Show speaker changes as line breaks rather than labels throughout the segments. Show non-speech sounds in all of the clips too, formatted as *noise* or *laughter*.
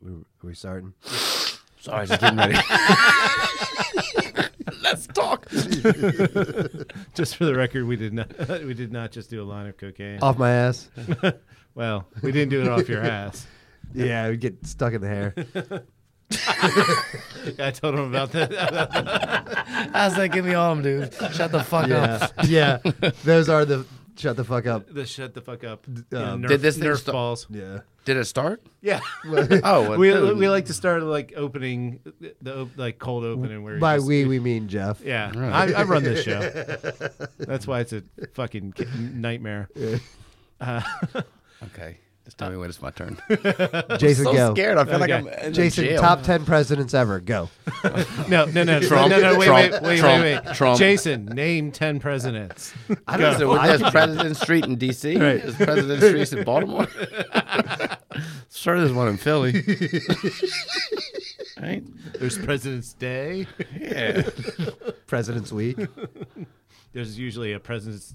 We, are we starting? Sorry, just getting ready.
*laughs* Let's talk.
*laughs* Just for the record, we did not *laughs* we did not just do a line of cocaine.
*laughs*
Oh.
Off my ass.
Well, we didn't do it
*laughs*
off your ass.
*laughs* Yeah, we get stuck in the hair.
I told him about that. *laughs*
I was like, give me arm, dude. Shut the fuck
*laughs* Yeah,
up.
yeah. Those are the shut the fuck up.
The shut the fuck up.
um,
Nerf-
Uh, Did this thing
Nerf
sto-
balls?
Yeah.
Did it start? *laughs*
Yeah,
Oh, well,
we,
dude.
we like to start like opening the- the op- like cold opening where you
By
just-
we, we mean Jeff.
Yeah,
Right.
I, I run
*laughs*
this show. That's why it's a fucking ki- nightmare.
Okay. Just tell me when it's my *laughs* turn.
Jason,
so
go.
scared. I feel like
Okay.
I'm in
Jason,
jail.
top ten presidents ever. Go.
No,
*laughs*
no, no,
Trump,
no, no, wait,
Trump,
wait, wait,
Trump,
wait, wait.
Trump.
Jason, name
*laughs*
ten presidents.
I don't know. There's *laughs* President Street in D.C. There's President Street in Baltimore. *laughs* sure, there's one in Philly. right?
There's President's Day.
Yeah.
*laughs* Presidents Week.
There's usually a President's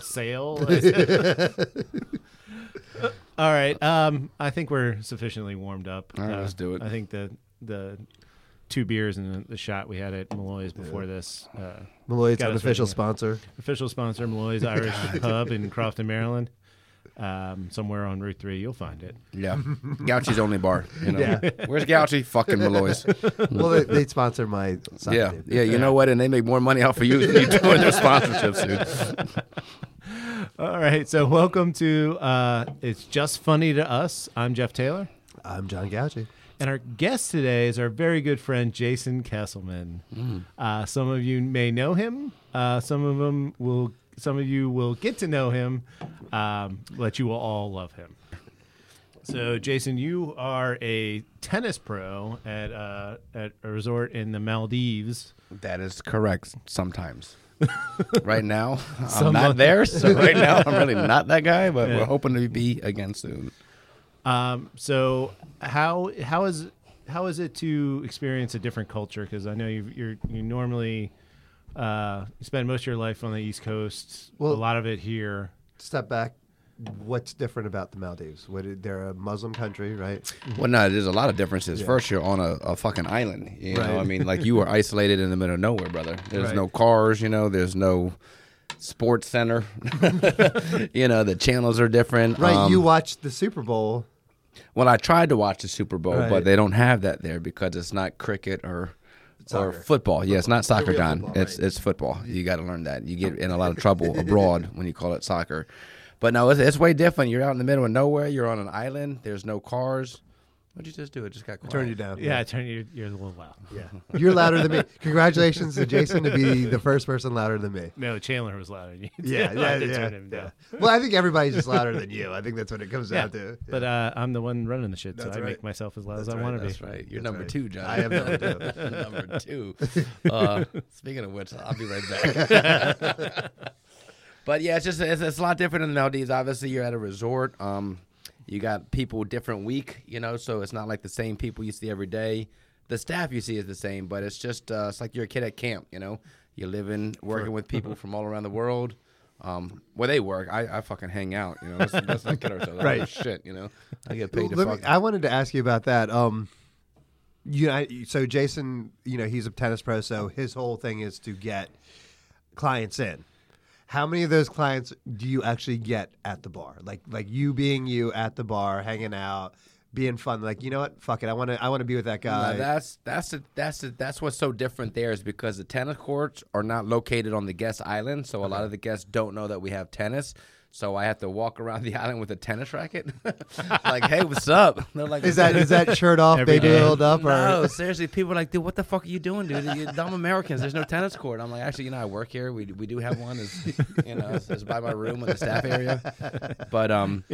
*laughs*
sale. *laughs* All right. Um, I think we're sufficiently warmed up.
All right,
Uh,
let's do it.
I think the the two beers and the shot we had at Malloy's before this. Uh,
Malloy's
Got us
unofficial
right,
*laughs*
yeah.
sponsor.
official sponsor
*laughs*
Malloy's Irish Pub in Crofton, Maryland. Um, somewhere on Route Three, you'll find it.
Yeah. Gouchy's only bar. You know?
Yeah.
Where's Gouchy? Fucking *laughs* Malloy's.
Well, they, they sponsor my. Soccer
Yeah.
team.
Yeah. You know what? And they make more money off of you than you do in their sponsorships, dude.
All right, so welcome to uh, it's just funny to us. I'm Jeff Taylor,
I'm John Gouchy.
and our guest today is our very good friend Jason Kesselman. Uh, some of you may know him. Uh, some of them will. Some of you will get to know him, um, but you will all love him. So, Jason, you are a tennis pro at uh, at a resort in the Maldives.
That is correct.
*laughs*
Sometimes. right now, I'm
Someone-
not there. So right now, I'm
*laughs*
really not that guy. But
Yeah.
we're hoping to be again soon.
Um, so how how is how is it to experience a different culture? Because I know you you're, you normally uh, spend most of your life on the East Coast.
Well-
a lot of it here.
Step back. What's different about the Maldives? What, they're a Muslim country, right?
Well, no, there's a lot of differences. First, you're on a, a fucking island. You know,
Right.
I mean, like you
*laughs*
are isolated in the middle of nowhere, brother. There's
Right.
no cars. You know, there's no sports center. *laughs* you know, the channels are different.
Right.
Um,
you watched the Super Bowl.
well, I tried to watch the Super Bowl,
Right.
but they don't have that there because it's not cricket or. Or football, yeah, it's not soccer,
real
John.
football,
it's it's football. You got to learn that. You get in
*laughs*
a lot of trouble abroad when you call it soccer, but no, it's, it's way different. You're out in the middle of nowhere. You're on an island. There's no cars. What'd you just do? It just got quiet.
Turn you down.
Yeah, turn your you're a little loud.
Yeah. You're louder than me. Congratulations to Jason to be the first person louder than
*laughs*
me.
No, Chandler was louder than you. *laughs*
Yeah,
I
yeah,
had to
yeah,
turn him down.
yeah. Well, I think everybody's just louder than you. I think that's what it comes
Yeah,
down to.
but uh, I'm the one running the shit,
That's
so I
right.
make myself as loud as
That's
I
right,
want to be.
That's right. You're number
right.
two, John.
I am number two.
*laughs* You're
*laughs*
number two. Uh, speaking of which, I'll be right back. *laughs* but yeah, it's just it's, it's a lot different in the Maldives. Obviously, you're at a resort. Um, you got people different week, you know, so it's not like the same people you see every day. The staff you see is the same, but it's just uh, it's like you're a kid at camp, you know. You're living, working
*laughs*
with people from all around the world. Um, where they work, I, I fucking hang out, you know. Let's, let's not
*laughs*
kid ourselves. Right. Shit, you know. I get paid to
Let me-
fuck.
I wanted to ask you about that. Um, you know, I- so Jason, you know, he's a tennis pro, so his whole thing is to get clients in. How many of those clients do you actually get at the bar? Like, like you being you at the bar, hanging out, being fun. Like, you know what? Fuck it. I want to. I want to be with that
Now,
guy.
that's that's the, that's the, that's what's so different there is because the tennis courts are not located on the guest island, so a lot of the guests don't know that we have tennis. So I have to walk around *laughs* the island with a tennis racket, *laughs* like, "Hey, what's up?" *laughs* They're like,
is that is that shirt off,
Every
baby
day.
held up, or
No, seriously, people are like, "Dude, what the fuck are you doing, dude? You dumb Americans. There's no tennis court." I'm like, "Actually, you know, I work here. We we do have one. It's, you know, it's, it's by my room in the staff area." But um,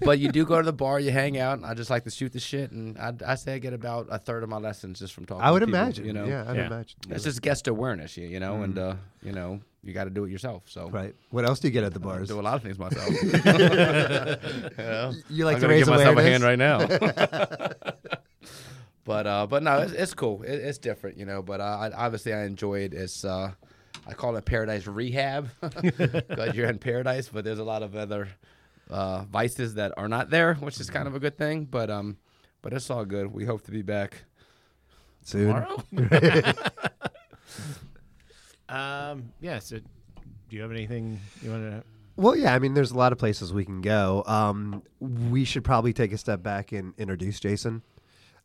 but you do go to the bar, you hang out. And I just like to shoot the shit, and I, I say I get about a third of my lessons just from
*laughs*
talking.
I would
to people,
imagine.
you know,
yeah, I'd
Yeah.
imagine.
it's just guest awareness, you, you know, and uh, you know, you got to do it yourself. So
Right. What else do you get at the
I
bars?
do a lot of things myself.
*laughs*
*laughs*
You like
I'm
to
gonna
raise
give myself a
awareness?
hand right now.
*laughs*
but uh, but no, it's, it's cool. It, it's different, you know. But uh, I, obviously, I enjoy it. It's uh, I call it paradise rehab *laughs* because you're in paradise, but there's a lot of other uh, vices that are not there, which is kind of a good thing. But um, But it's all good. We hope to be back
Soon. *laughs*
tomorrow.
*laughs* Um, yeah. So, do you have anything you want to?
Well, yeah, I mean, there's a lot of places we can go. Um, we should probably take a step back and introduce Jason.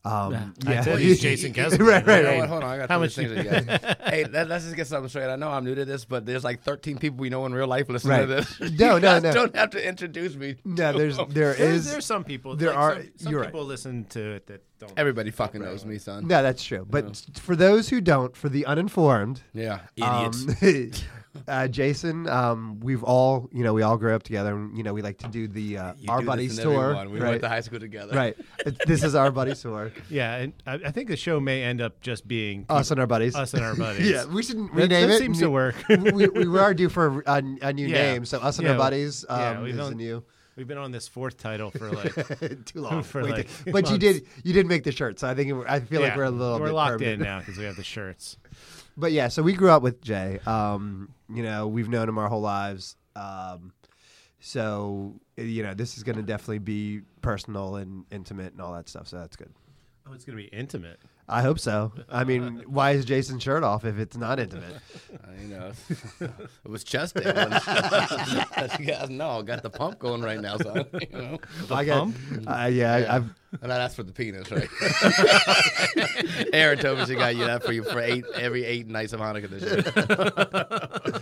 Um,
I
yeah, *laughs*
*laughs*
told you he's Jason Kessler.
right, right,
You know
right.
what? Hold on, I got
How
three
much-
things again. hey, let, us just get something straight. I know I'm new to this, but there's like 13 people we know in real life listening to
Right.
this. *laughs*
No, no,
You guys
no.
Don't have to introduce me.
No,
to *laughs*
there's
them.
there
There,
is
there's some people.
there
like,
are-
some, some
you're right.
people listen to it that don't.
everybody fucking knows me, son.
no, that's true. But for those who don't, for the uninformed,
Yeah, idiots.
um, *laughs* uh, Jason, um, we've all you know we all grew up together, and you know we like to do the uh, *laughs*
You
our
do this
buddies
and
tour,
everyone. We
right?
went to high school together.
right. This is our buddies tour.
*laughs* Yeah, and I, I think the show may end up just being
Us and our buddies.
us and our
*laughs*
buddies.
Yeah, we should
that,
rename
that
it.
seems to work.
*laughs* we, we are due for a, a, a new
Yeah.
name. So us and
Yeah,
our buddies um,
yeah, we
is the
don't- *laughs*
new. *laughs*
We've been on this fourth title for like.
Too long.
*laughs* For
Way
like
too- but you
months.
did you did make the shirt, so I think it, I feel like
yeah,
we're a little
we're
bit
locked
permanent.
in now because we have the shirts.
But yeah, so we grew up with Jay. Um, you know, we've known him our whole lives. Um, so you know, this is going to definitely be personal and intimate and all that stuff. So that's good.
Oh, it's gonna be intimate.
I hope so. I mean, why is Jason's shirt off if it's not intimate?
*laughs* I know. it was chest day.
*laughs*
once. *laughs* You guys know, I got the pump going right now, son. *laughs* You know?
I got,
pump?
uh, yeah, I, I've
And that's for the
*laughs*
penis, right? Aaron told me she got you that for you for eight every eight nights of Hanukkah this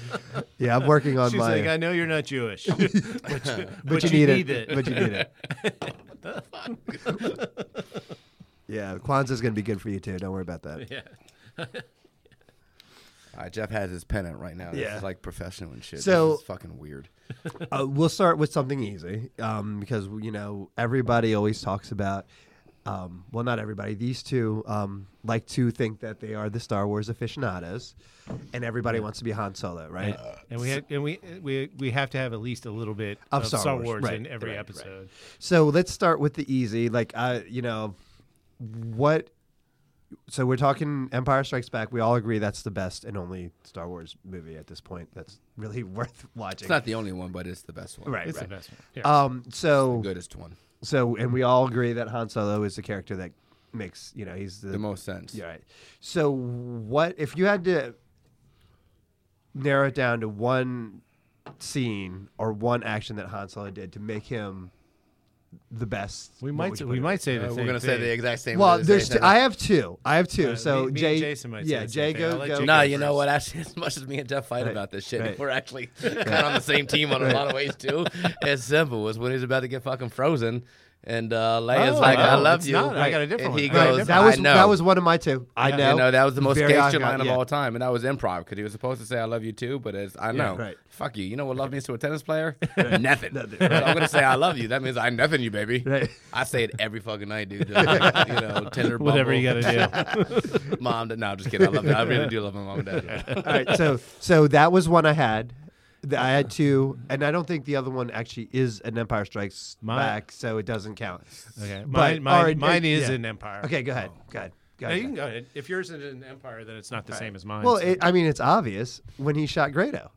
*laughs*
year.
yeah, I'm working *laughs* on
She's
my.
like, I know you're
*laughs*
not Jewish, *laughs* but, you- but
but you, need, it. But you need it. yeah, Kwanzaa's gonna be good for you too. Don't worry about that.
*laughs* *laughs*
*laughs*
yeah.
All right, Jeff has his pennant right now. This
Yeah.
is like professional and shit.
So-
this is fucking weird.
Uh, we'll start with something easy um, because you know everybody always talks about. Um, well, not everybody. These two um, like to think that they are the Star Wars aficionados, and everybody wants to be Han Solo, right?
and we have, and we we we have to have at least a little bit
Of
of,
Star
Star,
Wars,
Wars,
right,
in every
right, right.
episode.
So let's start with the easy. Like, uh, you know, what? So we're talking Empire Strikes Back. We all agree that's the best and only Star Wars movie at this point. That's really *laughs* worth watching.
It's not the only one, but it's the best one.
right,
It's
right.
the best one. Yeah.
Um, so
Goodest one.
so, and we all agree that Han Solo is the character that makes you know he's the,
The most sense.
Yeah, right. So what if you had to narrow it down to one scene or one action that Han Solo did to make him the best?
we
what
might
would
say,
you
we
put it?
might say
Uh,
the
we're
same
gonna say
thing.
the exact same.
Well,
we're gonna
there's
say
two, I have two. I have two.
Uh,
so
me- me
Jay,
and Jason might say
yeah,
the same
Jay,
thing.
go,
I'll let
go.
Jay
No,
go
you know
first.
what? Actually, as much as me and Jeff fight
Right,
about this shit,
right.
we're actually *laughs* kind of on the same team on a lot of ways too. It's simple. It's when he's about to get fucking frozen, and uh, Leia's
Oh,
like, "I
no,
love
it's
you."
not. I got a
And
different
he
one. I got a
goes,
Right, that was
"I know."
that was one of my two. I know.
You know, that was the most
Very
gangster
iconic,
line of
yeah.
all time, and that was improv because he was supposed to say "I love you too," but it's "I know."
right.
Fuck you. You know what love means to a tennis
*laughs*
player? nothing. So I'm gonna say "I love you." That means I nothing you, baby.
Right.
I say it every fucking night, dude. you
*laughs*
know, Tinder,
Whatever
Bumble,
you gotta do.
mom. No, I'm just kidding. I love it. I really do love my mom and
*laughs*
dad.
All right, so
*laughs*
so that was one I had. Th- I had two, and I don't think the other one actually is an Empire Strikes
My-
Back, so it doesn't count.
okay,
*laughs* But- or
mine, mine,
it-
mine
it-
is
yeah.
an empire.
Okay, go ahead. Go ahead. Go
oh. No,
ahead.
you can go ahead. If yours is an empire, then it's not the same as mine.
well,
so-
it, I mean, it's obvious when he shot Grado.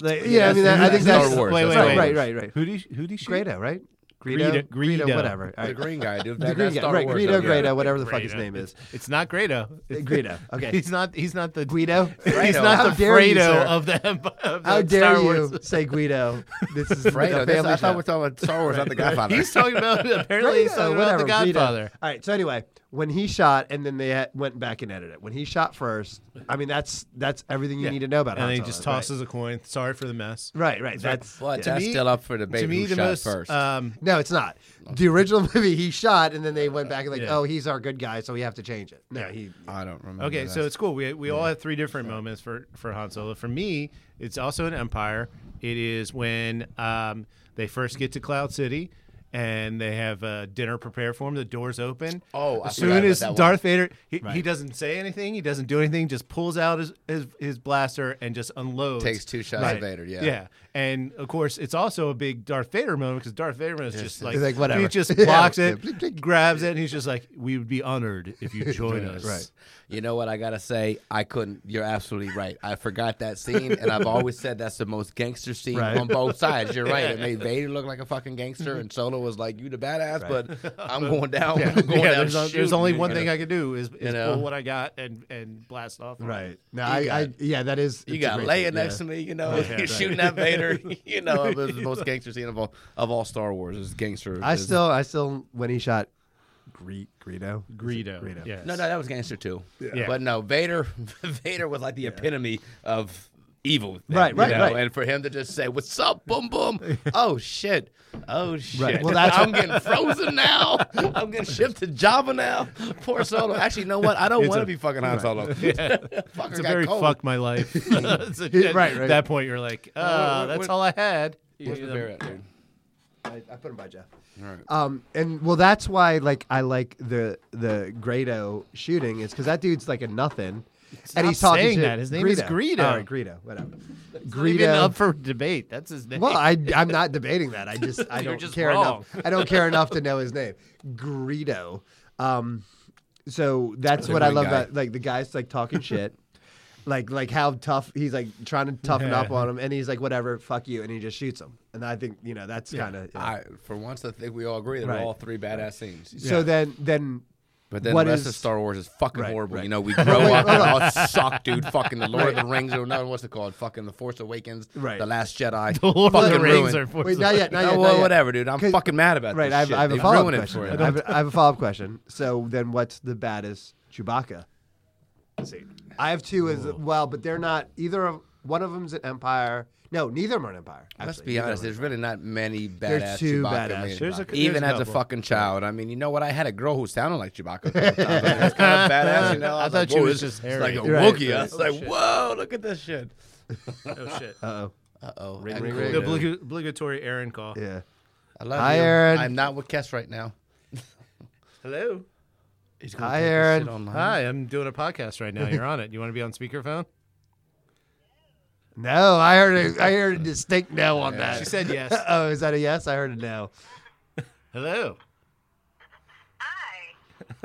Like, yeah, I
that's-
mean, that, I
that's
think
Star
that's
Wars.
Wait,
Right,
wait,
Star
wait.
right, right, right.
Who do you, who do you shoot?
Greedo, right?
Greedo-
Greedo, Greedo,
Greedo.
whatever. All
The
right.
green guy, dude.
*laughs* The
That-
green
that's
guy,
Star
right?
Wars,
Greedo,
okay.
Greedo, whatever the fuck his
Greedo.
name *laughs* is.
It's not Grado. It's
*laughs*
*laughs*
Greedo. Okay.
He's not. He's not the
Guido.
*laughs* He's
Fredo.
*laughs*
How
not the
dare you,
Fredo
sir.
of the empire. Of the
How dare
Star Wars.
you say Guido? This is
Fredo.
a
That's,
family
I thought
show.
we were talking about Star Wars, not The Godfather.
He's
*laughs*
talking about apparently he's
Guido,
talking about the
whatever, Guido.
Godfather.
All right. So anyway, when he shot, and then they had- went back and edited it. When he shot first, I mean, that's that's everything you need to know about.
And
Han
then he
Solo,
just tosses a coin. Sorry for the mess.
Right, right. right. That's
But
yeah.
that's still up for debate.
To me,
who
the
shot
most.
first.
Um,
no, it's not. The original *laughs* movie he shot, and then they went back and like,
Yeah.
oh, he's our good guy, so we have to change it. No, he.
I don't remember.
okay,
that.
so it's cool. We we all have three different moments for for Han Solo. For me, it's also an Empire. It is when um, they first get to Cloud City. And they have uh, dinner prepared for him. The doors open.
Oh, I forgot
as soon
about
as
that one.
Darth Vader, he, he doesn't say anything. He doesn't do anything. Just pulls out his his, his blaster and just unloads.
Takes two shots at Vader, yeah.
Yeah. And of course, it's also a big Darth Vader moment because Darth Vader is just like,
He's like, whatever.
*laughs*
He just
Yeah.
blocks it,
Blink, blink.
grabs it, and he's just like, "We would be honored if
*laughs*
you join us."
Right.
You know what I gotta say? I couldn't. You're absolutely right. I forgot that scene, and I've always said that's the most gangster scene
Right.
on both sides. You're right. It made Vader look like a fucking gangster, and Solo was like, "You the badass," but I'm going down. I'm going
Yeah,
down
there's, on- there's
shooting,
only
you
one
know?
thing I could do is, is
know?
pull what I got and, and blast off. on it.
Right. Now, I, I,
got-
yeah, that is.
You
it's a
got
great
Leia
thing.
next to me, you know,
Yeah,
*laughs*
right.
shooting at Vader. You know, it was the most gangster scene of all of all Star Wars is gangster.
I
is-
still, I still, when he shot Gre- Greedo. Is it
Greedo.
Greedo.
Yes.
no, no, that was gangster too.
Yeah.
But no, Vader, *laughs* Vader was like the epitome of evil. thing,
Right,
you
right,
know?
right.
And for him to just say, "What's up, boom, *laughs* boom? Oh shit, oh shit.
Well, that's-
I'm getting frozen now. *laughs* I'm getting shipped to Java now. Poor Solo. Actually, you know what? I don't
It's
want
a-
to be fucking Han *laughs* Solo. Fucker
It's a
got
very
cold.
fuck my life.
*laughs*
It's a-
Yeah, right,
at
right.
that point, you're like, ah,
what-
that's
what-
all I had.
Where's the
You know,
bear at, dude?
I, I put him by Jeff. Um, and well, that's why like I like the the Grado shooting is because that dude's like a nothing, and
not
he's talking
saying
shit.
that. His name is Greedo.
All right, Greedo, whatever.
not even
Greedo.
up for debate. That's his name.
well, I I'm not debating that. I just I
*laughs* You're
don't
just
care
wrong.
enough. I don't
*laughs*
care enough to know his name, Greedo. Um, so that's
He's a
what I
good
love
guy.
about like the guys like talking shit.
*laughs*
Like, like how tough he's like trying to toughen up on him, and he's like, "Whatever, fuck you," and he just shoots him. And I think you know that's kind of
I, for once, I think we all agree that
Right.
we're all three badass scenes.
So then, then
But then
What
the rest
is-
of Star Wars is fucking
Right,
horrible.
right.
You know, we grow up and all suck, dude. Fucking the Lord of the Rings, or no, what's it called? Fucking the Force Awakens,
Right.
the Last Jedi,
the Lord of
fucking
the Rings
ruined.
are for
wait, not yet, not
Oh,
yet,
*laughs* well,
not yet.
whatever, dude. I'm
'Cause-
fucking mad about
Right,
this
I have,
shit.
I have a
They've
follow up
ruined it
question.
for
I
him.
have, I have a follow
*laughs*
up question. So then, what's the baddest Chewbacca?
See,
I have two as well, but they're not either of one of them's an Empire. No, neither of them are an Empire.
Let's
actually.
be
Neither
honest.
of 'em
There's really not many
They're
badass
too
Chewbacca.
badass
men.
There's a- there's
Even
a
as a
couple.
fucking child, I mean, you know what? I had a girl who sounded like Chewbacca. a couple times. I mean, That's kind of badass, you know.
I
was
thought
like,
she
whoa,
was
this
just
is like a
hairy. Right,
Wookiee. I was
right.
like,
Oh, shit.
whoa, look at this shit.
oh shit.
are.
Uh oh,
ring,
The oblig- obligatory Aaron call.
Uh-oh. Yeah.
I love
Hi,
you.
Aaron.
I'm not with Kess right now.
Hello.
He's
Hi,
take this
Aaron.
shit online.
Hi, I'm doing a podcast right now. You're on it. You want to be on speakerphone?
No, I heard a, I
*laughs*
heard a distinct no on that.
She said yes.
*laughs* oh, is that a yes? I heard a no.
Hello.
Hi.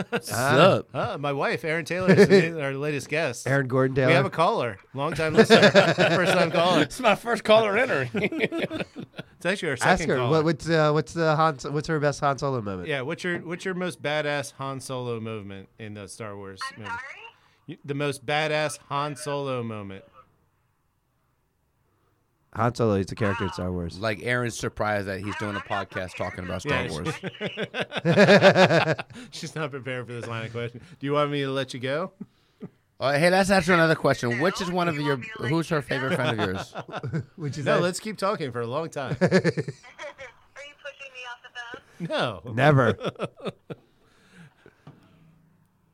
What's up?
Uh, my wife, Aaron Taylor, is our latest guest.
Aaron Gordon Taylor.
We have a caller, longtime listener, *laughs* first time caller.
It's Oh, my first caller entering.
It's actually our second
Ask her
caller.
what, what's uh, what's the Han, what's her best Han Solo moment?
yeah, what's your what's your most badass Han Solo moment in the Star Wars
I'm
movie?
sorry.
You- The most badass Han Solo moment. *laughs*
Han Solo is the character in Star Wars.
*laughs* like Aaron's surprised that he's doing a podcast talking about Star
Yeah.
Wars.
She's not prepared for this line of question. Do you want me to let you go?
Uh, hey, let's ask her another question. Which is one of your? Who's her favorite friend of yours?
Which is
No,
that-
let's keep talking for a
*laughs*
long time.
*laughs* Are you pushing me off the phone?
No.
never.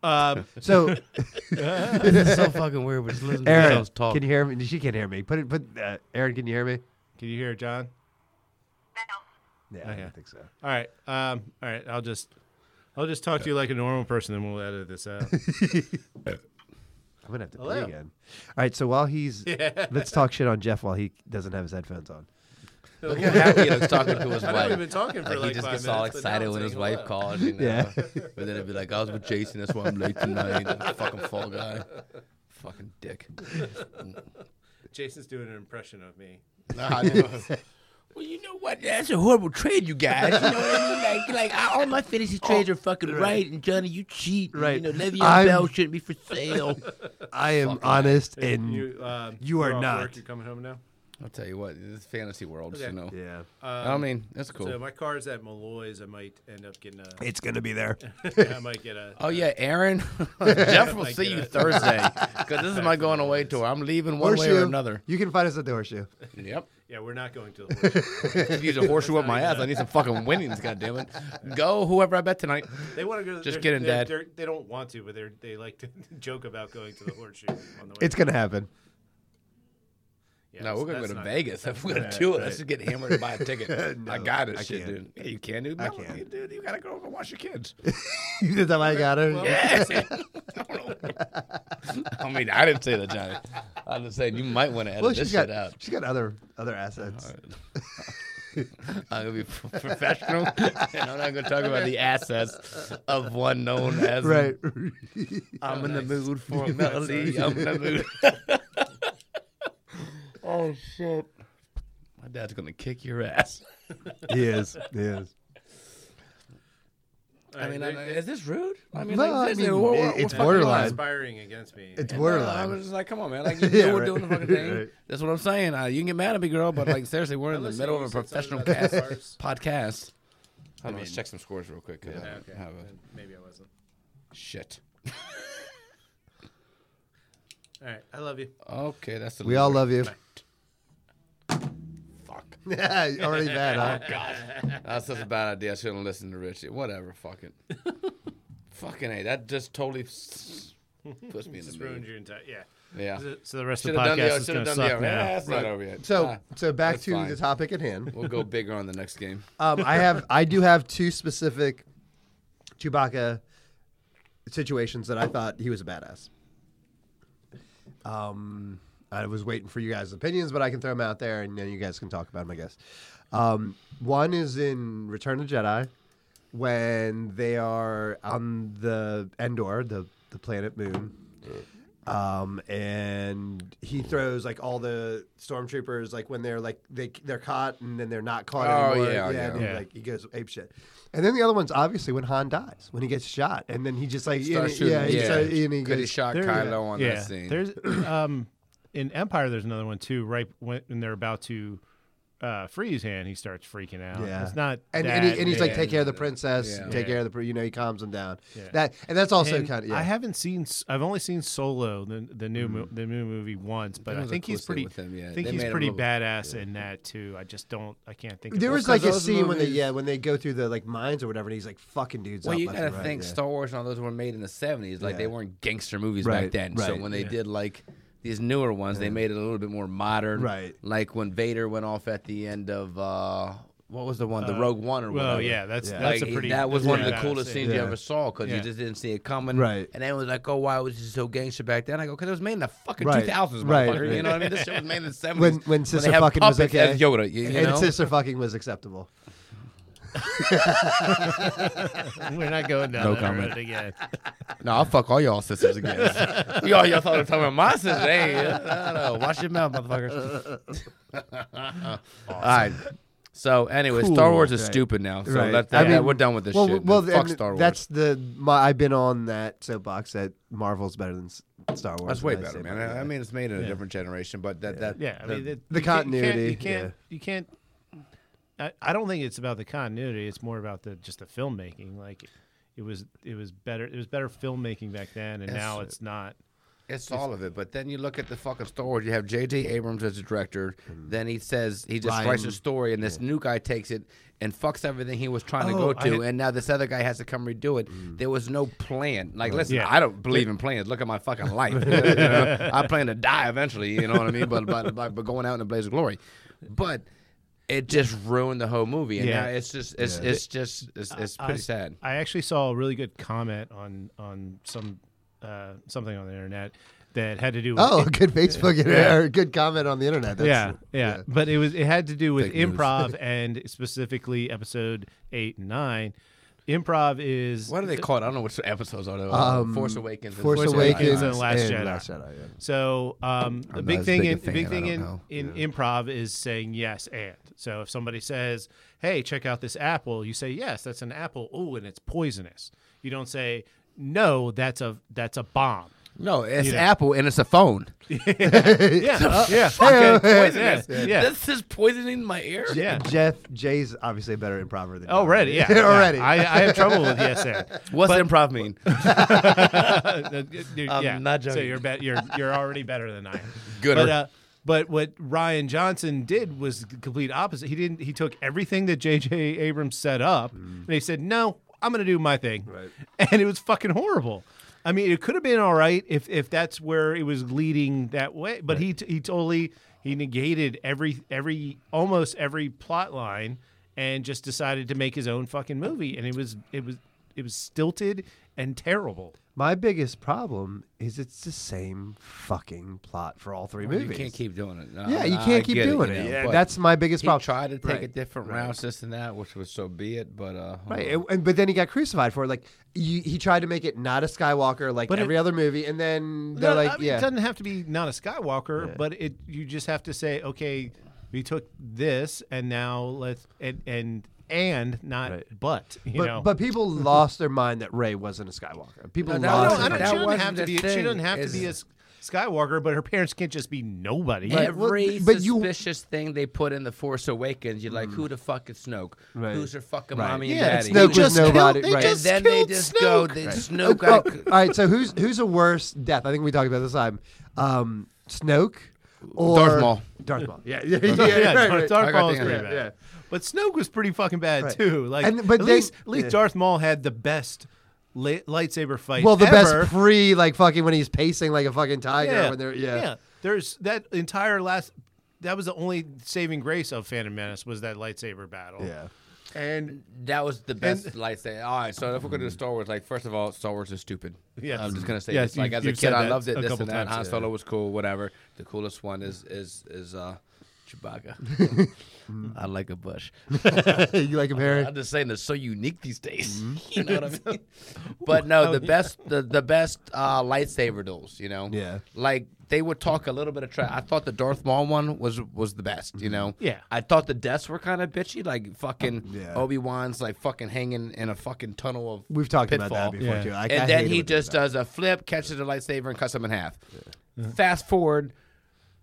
Uh,
So
*laughs* this is so fucking weird. We're just listening
Aaron, can you hear me? She can't hear me. Put it. Put uh, Aaron. Can you hear me?
can you hear it, John?
No.
Yeah,
Oh,
I don't think so.
All right. Um, all right. I'll just I'll just talk to you like a normal person, and we'll edit this
*laughs*
out.
I'm gonna have to play
Hello.
again. All right. So while he's,
*laughs*
let's talk shit on Jeff while he doesn't have his headphones on.
Look how *laughs* happy he looks talking to his
I know we've been
wife.
talking for
Like,
like,
he just
five
gets
minutes,
all
but now
excited
I'm
when his
saying
wife
hello.
calls. *laughs* You know?
Yeah.
But then it'd be like, I was with Jason. That's why I'm late tonight. fucking fall *laughs* guy. Fucking dick.
Jason's doing an impression of me.
*laughs* Well, you know what? That's a horrible trade, you guys. You know what I mean? Like, like all my fantasy trades are fucking right. and Johnny, you cheat. and,
Oh, Right.
You know, Le'Veon
I'm-
Bell shouldn't be for sale.
I am honest and
You, um,
you are
you're off
not.
Work, you're coming home now.
*laughs* I'll tell you what, this fantasy world,
Okay.
you know.
yeah,
I mean, that's cool.
So my car's at Malloy's. I might end up getting
*laughs*
a.
it's gonna be
*laughs*
there.
I might get a.
Oh yeah, *laughs* Aaron. Jeff will
I
see
get
you
it.
Thursday because this is my going away tour. I'm leaving one way or another.
You can find us at the horseshoe.
Yep.
Yeah, we're not going to. the horse.
*laughs*
Use a horseshoe up my ass. I need some fucking winnings. God damn it. Go whoever I bet tonight.
They want to go. To,
Just
they're-
kidding,
they're-
Dad.
they're- They don't want to, but they they like to *laughs* joke about going to the horseshoe on the way.
It's gonna happen.
Yeah,
no, we're gonna go
that's
to
not-
Vegas. If we're gonna
that's
do it,
right.
let's just get hammered and buy a
*laughs*
ticket. I got it,
I
shit,
can't.
dude. Yeah, you can, dude.
I
No,
can't.
you- dude. You gotta go over and watch your kids.
*laughs* Is that why I got her?
*laughs* *laughs* Yes. *laughs* I mean, I didn't say that, Johnny. I'm just saying you might want to edit
Well,
this
she's
shit
got *laughs*
out.
she's got other other assets.
*laughs* I'm gonna be pro- professional, *laughs* and I'm not gonna talk about the assets of one known as.
Right.
I'm
*laughs*
in the mood for a melody. I'm in the mood. oh shit! My dad's gonna kick your ass.
he is. He is.
I mean, I- is this rude? I mean,
No,
like,
I
this-
mean,
what-
it-
what-
it's
what-
borderline.
Inspiring against me.
It's
I was
borderline.
just like, come on, man.
*laughs*
Like, you
Yeah,
know we're
right.
doing the fucking thing.
Right.
That's what I'm saying. Uh, you can get mad at me, girl, but like, seriously, *laughs* we're in the
Unless
middle
you
of a
said something
professional
about
cast,
the Stars.
*laughs* podcast. Hold on,
I
let's
mean-
check some scores real quick. 'cause I
Yeah,
don't
okay.
have a-
Then Maybe I wasn't.
shit.
All right. I love you.
Okay, that's the
We all
loser.
love you.
Fuck.
*laughs* Yeah, already bad,
*laughs* Oh,
huh?
That's such a bad idea. I shouldn't listen to Richie. Whatever. *laughs* Fucking. fucking hey, that just totally s- puts *laughs* me in the
Just ruined
mood.
your entire. Yeah.
Yeah.
So- So the rest
Should
of
have done
the
the.
podcast is
Should
going
have
to
done the.
suck
Yeah,
now.
that's not over yet.
So,
Ah,
so back
that's
to
fine.
the topic at hand.
We'll go bigger on the next game.
Um, I have, I do have two specific Chewbacca situations that I thought he was a badass. Um, I was waiting for you guys' opinions, but I can throw them out there, and then you guys can talk about them, I guess. Um, one is in Return of the Jedi when they are on the Endor, the the planet Moon. Um, and he throws like all the stormtroopers, like when they're like they they're caught and then they're not caught
Oh,
anymore.
yeah, yeah.
and he,
Yeah.
like he goes ape shit. And then the other one's obviously when Han dies, when he gets shot, and then he just like
Start
and, he- yeah, he
shooting,
started-
yeah.
and he
Could he
goes-
shot
There-
Kylo on
yeah.
that scene?
There's *clears throat* um, in Empire. There's another one too. Right when when they're about to uh, free his hand, he starts freaking out.
Yeah.
It's not.
and, and,
that
he, and he's like,
bad.
take care of the princess,
Yeah.
take
Yeah.
care of the, pr- you know, he calms him down.
Yeah.
That and that's also
And
kind of yeah. Mm-hmm.
I haven't seen. s- I've only seen Solo, the the new mo- the new movie once, but
That
I
was a
think
cool
he's
scene
pretty.
with him, yeah.
I think
They
he's
made him
pretty
look-
badass in that too. I just don't. I can't think.
there
of
was
Well,
like
'cause
a
those
scene when they
movies-
yeah when they go through the like mines or whatever, and he's like fucking dudes.
Well,
up
you
left
gotta
and right,
think
yeah.
Star Wars and all those were made in the seventies. Like
Yeah.
they weren't gangster movies
Right,
back then. So
right.
when they did like these newer ones, they made it a little bit more modern.
Right.
Like when Vader went off at the end of uh, what was the one, the
Uh,
Rogue One or
Well,
whatever.
yeah, that's
Yeah.
that's
like,
a pretty.
that was
that's
one
a
of the
badass
coolest
scene.
scenes you
Yeah.
ever saw because
Yeah.
you just didn't see it coming.
Right.
And everyone was like, "Oh, why was it so gangster back then?" I go, "Because it was made in the fucking
Right.
2000s,
Right.
motherfucker. You know what I mean? This shit was made in the 70s
when when
they
sister
had
fucking was
puppets
okay,
as Yoda. You, you
and
know?
sister fucking was acceptable.
*laughs* We're not going down
No
that
comment.
road again.
No, I'll fuck all y'all sisters again. *laughs* y'all, y'all thought I was talking about my sister. Hey, uh, no, no, wash your mouth, motherfuckers.
*laughs*
All right. So, anyway, Star Wars is
Right.
stupid now. So
Right.
let that.
I mean,
we're done with this
well,
shit.
well,
fuck
and
Star Wars.
That's the my, I've been on that soapbox that Marvel's better than S- Star Wars.
That's way
and I
better,
say
man.
Marvel,
*laughs* I- I
yeah.
mean, it's made in a different generation, but that that
Yeah, I mean,
that-
it-
the
you can't- you can't-
continuity,
You can't. You can't. I, I don't think it's about the continuity. It's more about the just the filmmaking. Like, it was it was better. It was better filmmaking back then, and now it's not.
It's all of it, but then you look at the fucking story. You have J.J. Abrams as the director. Then he says he just
Ryan-
writes a story, and this new guy takes it and fucks everything he was trying
Oh,
to go
I
to,
had-
and now this other guy has to come redo it. There was no plan. Like, listen,
Yeah.
I don't believe in plans. Look at my fucking life. *laughs* you know? I plan to die eventually. You know what I mean? But but, but but going out in a blaze of glory, but. It just ruined the whole movie, and
Yeah.
now it's just it's it's just it's, it's
I
pretty
s-
sad.
I actually saw a really good comment on on some uh, something on the internet that had to do with
oh, a good Facebook or a good comment on the internet. That's,
yeah, yeah, But it was it had to do with
Fake news. *laughs*
improv and specifically episode eight and nine. Improv is
What are they called? I don't know what episodes are. Though. Force Awakens. and
Force,
Um, Force
Awakens
Awakens and Last
and
Jedi.
Last Jedi, yeah.
So um, a
not
big
as
thing,
big a
in,
fan,
big
I
thing
don't
in,
know.
in improv is saying yes and. So if somebody says, "Hey, check out this apple," you say, "Yes, that's an apple." Oh, and it's poisonous. You don't say, "No, that's a that's a bomb."
No, it's
You know.
Apple and it's a phone.
*laughs* Yeah, yeah,
poisonous.
Yeah, yeah.
This is poisoning my ear.
yeah.
Jeff Jay's obviously a better improver than you.
*laughs* Already,
*laughs*
yeah, yeah.
already.
I, I have trouble with yes and.
What's improv mean?
Dude,
I'm
yeah.
not
So
joking.
you're bet you're you're already better than I am.
*laughs* Gooder.
But, uh, but what Ryan Johnson did was the complete opposite. He didn't. He took everything that J.J. Abrams set up,
Mm.
and he said, "No, I'm going to do my thing," *laughs* and it was fucking horrible. I mean, it could have been all right if if that's where it was leading that way, but he t- he totally he negated every every almost every plot line and just decided to make his own fucking movie, and it was it was it was stilted and terrible.
My biggest problem is it's the same fucking plot for all three
you
movies.
can't keep doing it. No,
yeah, you
I- I
can't keep
get
doing
you
it.
know,
Yeah,
but
that's my biggest
he
problem.
tried to take
Right.
a different route, this and that, which was so be it. But uh, hold
Right,
on.
and, and- but then he got crucified for it. Like you, he tried to make it not a Skywalker, like
But it-
every other movie, and then they're
No,
like,
I mean,
yeah,
it doesn't have to be not a Skywalker, but it you just have to say, okay, we took this and now let's and and and, not
Right.
but. You
But,
know,
but people lost their mind that Ray wasn't a Skywalker. People
No, no,
I
lost.
don't, I
their
don't,
mind.
That
she doesn't
wasn't
have
the
to be. She
thing,
doesn't have to
is-
be a S- Skywalker, but her parents can't just be nobody.
Right. well,
Every
but you-
suspicious thing they put in the Force Awakens, you're like, who the fuck is Snoke?
Right.
Who's her fucking
Right.
mommy
Yeah,
and
Snoke
daddy?
Snoke
They
was
just killed-
nobody.
they
right.
and
just
then they
killed
just
Snoke.
go, they,
Right.
Snoke
Oh,
got
oh,
c-
all right, so who's who's a worse death? I think we talked about this time. Um, Snoke or
Darth Maul.
Darth Maul. Yeah, *laughs* yeah,
*laughs* yeah, Darth, Darth
I got
Maul was
the- yeah,
pretty bad.
yeah.
But Snoke was pretty fucking bad
Right.
too. Like,
And- but
at
they-
least, at least
yeah.
Darth Maul had the best la- lightsaber fight.
Well, the
ever.
best pre like fucking when he's pacing like a fucking tiger when they're yeah.
There's that entire last. That was the only saving grace of Phantom Menace was that lightsaber battle.
Yeah.
and
That was the best lightsaber. All right, so if we're gonna do Star Wars, like first of all, Star Wars is stupid.
Yes.
I'm just gonna say
Yes,
this. Like
you-
as a
you've
kid,
said
I
that
loved it.
a
This
couple
and that.
times,
Han
yeah.
Solo was cool. Whatever. The coolest one is is is uh,
*laughs*
Chewbacca. I like a bush.
*laughs* you like him, Harry?
I'm just saying they're so unique these days.
Mm-hmm.
*laughs* you know what
*laughs*
I mean? But no, the best the, the best uh, lightsaber duels, you know?
Yeah.
Like they would talk a little bit of trash. I thought the Darth Maul one was was the best,
Mm-hmm.
you know?
Yeah.
I thought the deaths were kind of bitchy, like fucking
Oh, Yeah.
Obi Wan's like fucking hanging in a fucking tunnel of
We've talked
pitfall.
about that before
Yeah.
too. I, I
And
hate
then
it
he
when they do
just
that.
does a flip, catches the lightsaber, and cuts him in half.
Uh-huh.
Fast forward,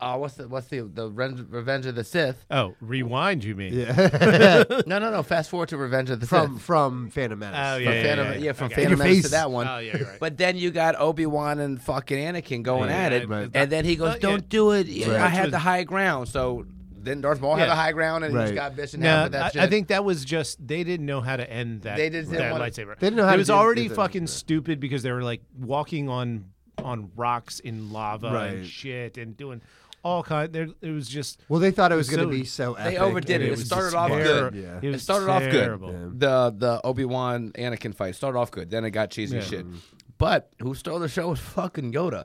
uh, what's the what's the the Ren- Revenge of the Sith?
oh, rewind, you mean?
No, no, no. Fast forward to Revenge of
*laughs*
the
from
*laughs*
Sith.
from Phantom Menace.
Oh,
From
yeah, yeah,
Phantom,
yeah, yeah.
from
Okay.
Phantom
Your
Menace to
face.
that one.
Oh, yeah, you're right.
But then you got Obi Wan and fucking Anakin going
Yeah,
at it,
right.
and then he goes,
Not
"Don't
yet.
do it! Yeah,
Right.
I had the high ground." So then Darth Maul had
Yeah.
the high ground, and he just
Right.
got bitched and
No,
half with
I,
that shit.
I think that was just they didn't know how to end that.
They just didn't
that
wanna-
lightsaber.
They didn't know how
It
to
was
do-
already
do that.
fucking stupid because they were like walking on on rocks in lava
Right.
and shit and doing all kind. There, it was just.
Well, they thought it was going
So
to be so epic.
they overdid
and
it. It,
was
started
just
off
fun.
terrible.
good.
Yeah.
It
It,
was
started
terrible.
off good. The the Obi Wan Anakin fight started off good. Then it got cheesy as shit. But who stole the show was fucking Yoda.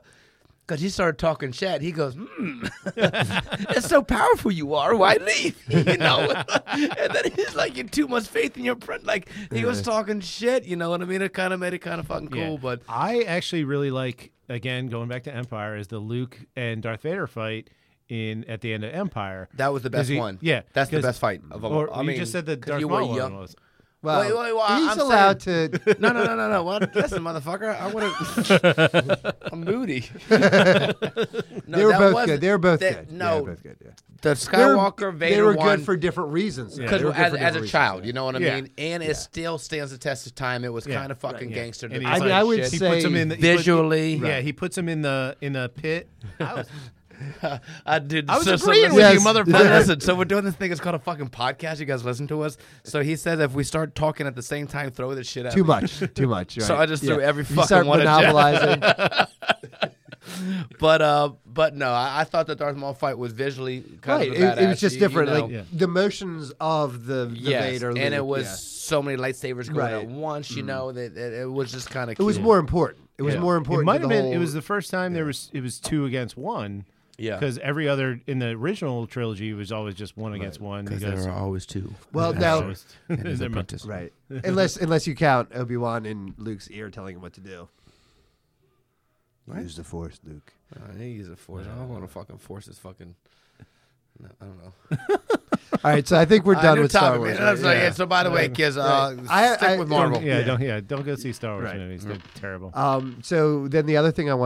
Cause he started talking shit. He goes, "Hmm, *laughs* it's so powerful you are. Why leave? *laughs* You know, and then he's like, "You too much faith in your friend." Like he was talking shit. You know what I mean? It kind of made it kind of fucking cool.
Yeah.
But
I actually really like again going back to Empire is the Luke and Darth Vader fight in at the end of Empire.
that was the
'Cause
best
he-
one.
Yeah,
that's the
'cause-
best fight of all.
Or
I
you
mean,
just said the
'cause
Darth
you were
Maul
young.
one was.
Well,
Wait, wait, wait,
he's
I'm
allowed
*laughs*
to.
No, no, no, no, no. What? Listen, motherfucker. I want to.
*laughs*
I'm moody. no,
They were
that
both
wasn't-
good. They were both
that-
good.
No,
they were both good. Yeah.
the
They were-
Skywalker Vader
They were
one,
good for different reasons. though.
because
They were good
as,
for
as
different
a
reasons,
child,
yeah.
you know what I
Yeah.
mean. And it still stands the test of time. It was
Yeah.
kind of fucking
Right, yeah.
gangster.
And he's
I mean,
like,
I would
shit.
say-
he puts him in the, he puts-
Visually.
yeah, he puts him in the in a pit. I was-
I did.
I was
uh, so, so
agreeing
listen-
with
Yes.
you,
But
motherfucker.
listen, so we're doing this thing. It's called a fucking podcast. You guys listen to us. So he says if we start talking at the same time, throw this shit out.
Too much. Too much.
So
right.
I just threw every
You
fucking
start
one at Jeff. *laughs*
monopolizing.
But uh, but no, I, I thought the Darth Maul fight was visually kind
right.
of a
It, it
badass,
was just
you- you
different.
know.
Like the motions of the, the
Yes,
Vader.
and it
Luke,
was
yeah.
so many lightsabers going
Right.
at once.
Mm.
You know that that it, was just kind of.
It was more important. It was
Yeah.
more important.
It might
to
have
the
been.
Whole,
It was the first time there was. It was two against one.
Yeah.
Because every other in the original trilogy was always just one against one. Because
always two.
well now. *laughs*
Is there mo-
*laughs*
Right. unless unless you count Obi Wan in Luke's ear telling him what to do. Use the force, Luke.
I think he's a force. I don't want to fucking force this fucking. No, I don't know.
All right, so I think we're
I
done
knew
with Star
topic,
Wars.
man. I was like,
right?
yeah, So by the way, kids, uh,
I-
stick
I-
with Marvel.
yeah, don't yeah, don't go see Star Wars
Right.
movies. They're terrible.
Um, so then the other thing I want.